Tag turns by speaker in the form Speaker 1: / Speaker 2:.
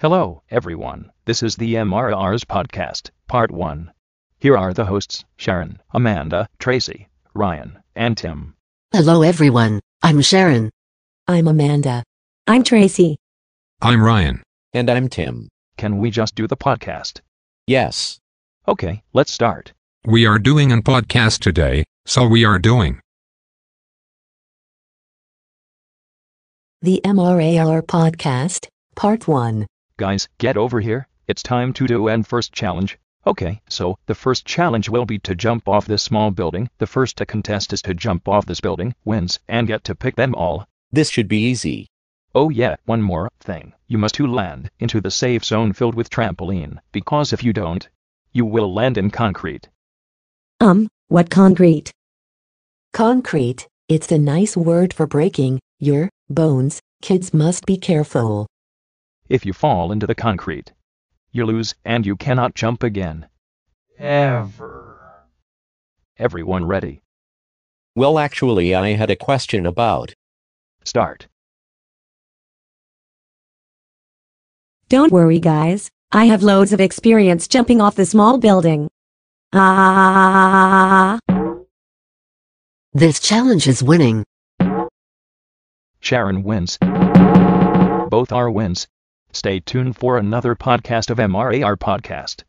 Speaker 1: Hello, everyone. This is the MRR's podcast, part one. Here are the hosts Sharon, Amanda, Tracy, Ryan, and Tim.
Speaker 2: Hello everyone, I'm Sharon.
Speaker 3: I'm Amanda. I'm Tracy.
Speaker 4: I'm Ryan.
Speaker 5: And I'm Tim.
Speaker 1: Can we just do the podcast?
Speaker 5: Yes.
Speaker 1: Okay, let's start.
Speaker 4: We are doing a podcast today, so we are doing.
Speaker 3: The MRAR Podcast, Part 1.
Speaker 1: Guys, get over here. It's time to do an first challenge. Okay, so the first challenge will be to jump off this small building. The first to contest is to jump off this building, wins, and get to pick them all.
Speaker 5: This should be easy.
Speaker 1: Oh yeah, one more thing. You must to land into the safe zone filled with trampoline, because if you don't, you will land in concrete.
Speaker 3: Um, what concrete? Concrete, it's the nice word for breaking your bones. Kids must be careful.
Speaker 1: If you fall into the concrete, you lose and you cannot jump again.
Speaker 6: ever.
Speaker 1: Everyone ready?
Speaker 5: Well, actually, I had a question about.
Speaker 1: Start.
Speaker 7: Don't worry, guys. I have loads of experience jumping off the small building. Ah.
Speaker 2: This challenge is winning.
Speaker 1: Sharon wins. Both are wins. Stay tuned for another podcast of MRAR Podcast.